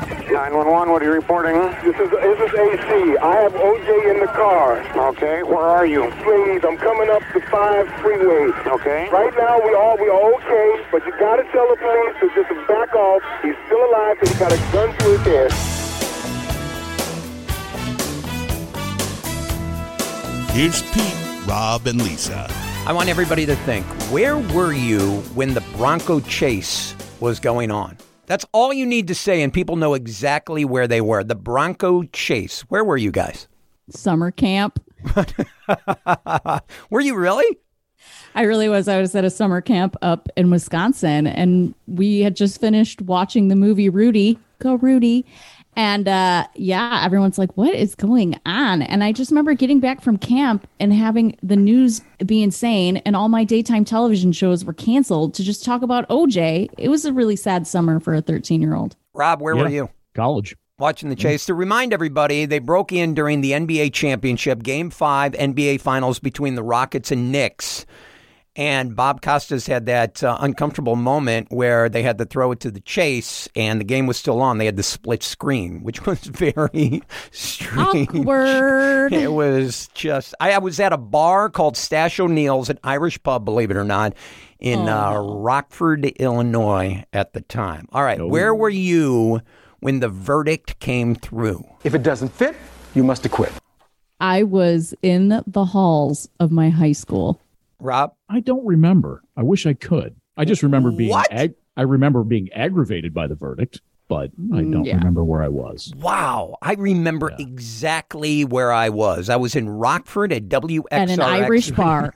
911, what are you reporting? This is this is AC. I have OJ in the car. Okay, where are you? Please, I'm coming up the five freeway. Okay. Right now we all we are okay, but you gotta tell the police to just back off. He's still alive and he got a gun to his head. Here's Pete, Rob, and Lisa. I want everybody to think where were you when the Bronco chase was going on? That's all you need to say, and people know exactly where they were. The Bronco chase. Where were you guys? Summer camp. were you really? I really was. I was at a summer camp up in Wisconsin, and we had just finished watching the movie Rudy. Go Rudy. And uh, yeah, everyone's like, what is going on? And I just remember getting back from camp and having the news be insane, and all my daytime television shows were canceled to just talk about OJ. It was a really sad summer for a 13 year old. Rob, where were you? College. Watching the chase. To remind everybody, they broke in during the NBA championship, game five, NBA finals between the Rockets and Knicks. And Bob Costas had that uh, uncomfortable moment where they had to throw it to the chase, and the game was still on. They had the split screen, which was very strange. Awkward. It was just. I, I was at a bar called Stash O'Neill's, an Irish pub, believe it or not, Oh, in uh, Rockford, Illinois, at the time. All right, where were you when the verdict came through? If it doesn't fit, you must acquit. I was in the halls of my high school. Rob, I don't remember. I wish I could. I just remember being. What? Ag- I remember being aggravated by the verdict, but I Mm, don't yeah. remember where I was. wow, I remember exactly where I was. I was in Rockford at WXRX. At an Irish bar.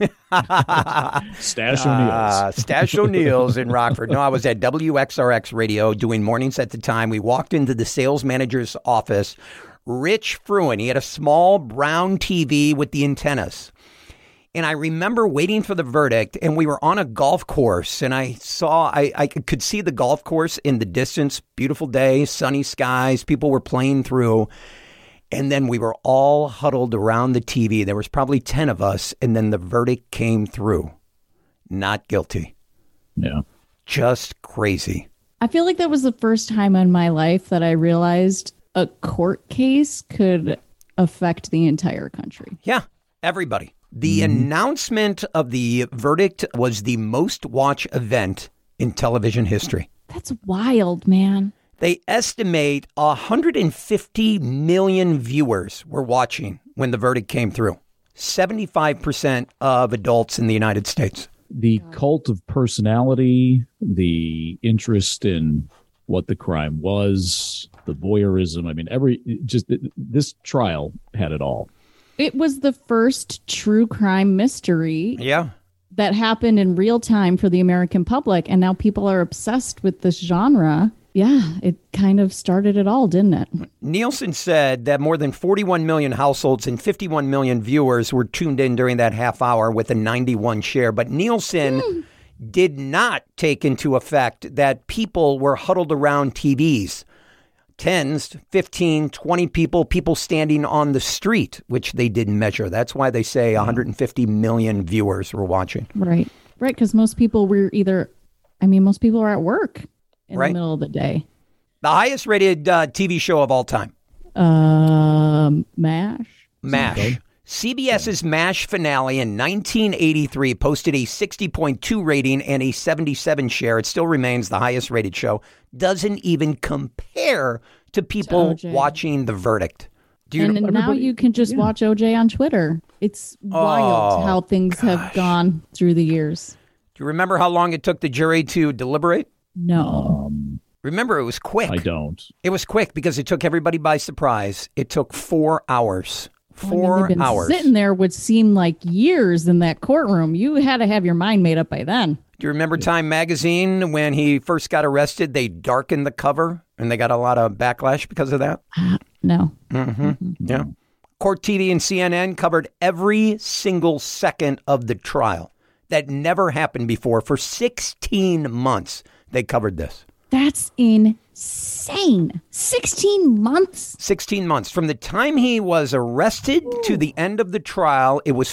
Stash Ah, Stash O'Neill's in Rockford. No, I was at WXRX Radio doing mornings at the time. We walked into the sales manager's office. Rich Fruin, he had a small brown TV with the antennas. And I remember waiting for the verdict, and we were on a golf course, and I saw, I, I could see the golf course in the distance. Beautiful day, sunny skies, people were playing through. And then we were all huddled around the TV. There was probably 10 of us, and then the verdict came through not guilty. Yeah. Just crazy. I feel like that was the first time in my life that I realized a court case could affect the entire country. Yeah, everybody. The announcement of the verdict was the most watch event in television history. That's wild, man. They estimate 150 million viewers were watching when the verdict came through. 75% of adults in the United States. The cult of personality, the interest in what the crime was, the voyeurism. I mean, every just this trial had it all. It was the first true crime mystery Yeah. that happened in real time for the American public. And now people are obsessed with this genre. Yeah, it kind of started it all, didn't it? Nielsen said that more than 41 million households and 51 million viewers were tuned in during that half hour with a 91 share. But Nielsen did not take into effect that people were huddled around TVs. Tens, 15, 20 people, people standing on the street, which they didn't measure. That's why they say 150 million viewers were watching. Right. Right. Because most people were either, I mean, most people are at work in Right. the middle of the day. The highest rated uh, TV show of all time. Um, MASH. MASH. CBS's MASH finale in 1983 posted a 60.2 rating and a 77 share. It still remains the highest rated show. Doesn't even compare to people OJ. watching The Verdict. Do you and then now you can just watch OJ on Twitter. It's wild Oh, how things have gone through the years. do you remember how long it took the jury to deliberate? No. Remember it was quick. I don't. It was quick because it took everybody by surprise. It took 4 hours. I mean, 4 Oh, they've been hours. Sitting there would seem like years in that courtroom. You had to have your mind made up by then. Do you remember Time Magazine when he first got arrested? They darkened the cover and they got a lot of backlash because of that. Uh, No. Yeah. Court TV and CNN covered every single second of the trial. That never happened before. For 16 months, they covered this. That's insane. 16 months? 16 months. From the time he was arrested to the end of the trial, it was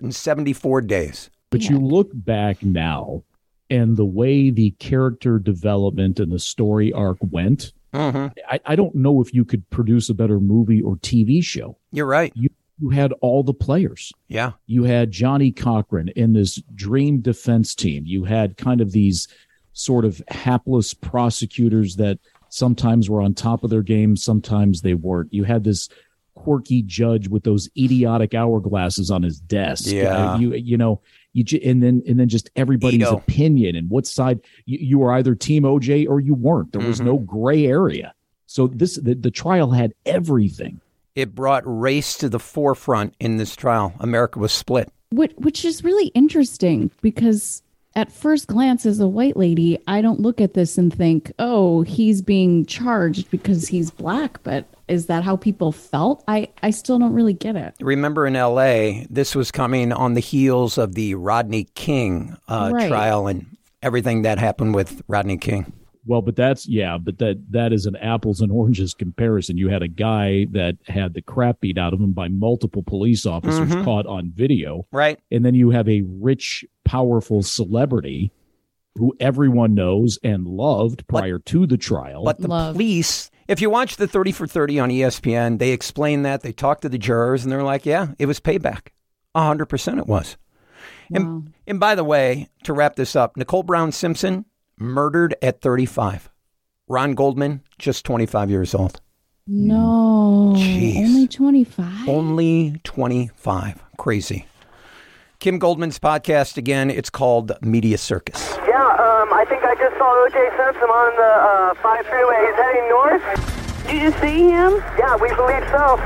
474 days. But you look back now and the way the character development and the story arc went, I, I don't know if you could produce a better movie or TV show. You're right. You had all the players. Yeah. You had Johnny Cochran in this dream defense team. You had kind of these sort of hapless prosecutors that sometimes were on top of their game, sometimes they weren't. You had this quirky judge with those idiotic hourglasses on his desk. Yeah. Uh, you you know, you ju- and then and then just everybody's Ito. opinion and what side you, you were either team OJ or you weren't. There was no gray area. So this the, the trial had everything. It brought race to the forefront in this trial. America was split. Which, which is really interesting because at first glance, as a white lady, I don't look at this and think, oh, he's being charged because he's black. But is that how people felt? I, I still don't really get it. Remember in LA, this was coming on the heels of the Rodney King uh, Right. trial and everything that happened with Rodney King. Well, but that's yeah, but that that is an apples and oranges comparison. You had a guy that had the crap beat out of him by multiple police officers caught on video, Right. and then you have a rich, powerful celebrity who everyone knows and loved prior to the trial. But the Love. police, if you watch the 30 for 30 on E ESPN, they explain that. They talk to the jurors and they're like, yeah, it was payback. 100% it was. Wow. And, and by the way, to wrap this up, Nicole Brown Simpson murdered at 35. Ron Goldman, just 25 years old. No, Jeez. only 25. Only 25. Crazy. Kim Goldman's podcast again. It's called Media Circus. Yeah, um, I think I just saw O.J. Simpson on the uh, 5 freeway. He's heading north. Did you see him? Yeah, we believe so.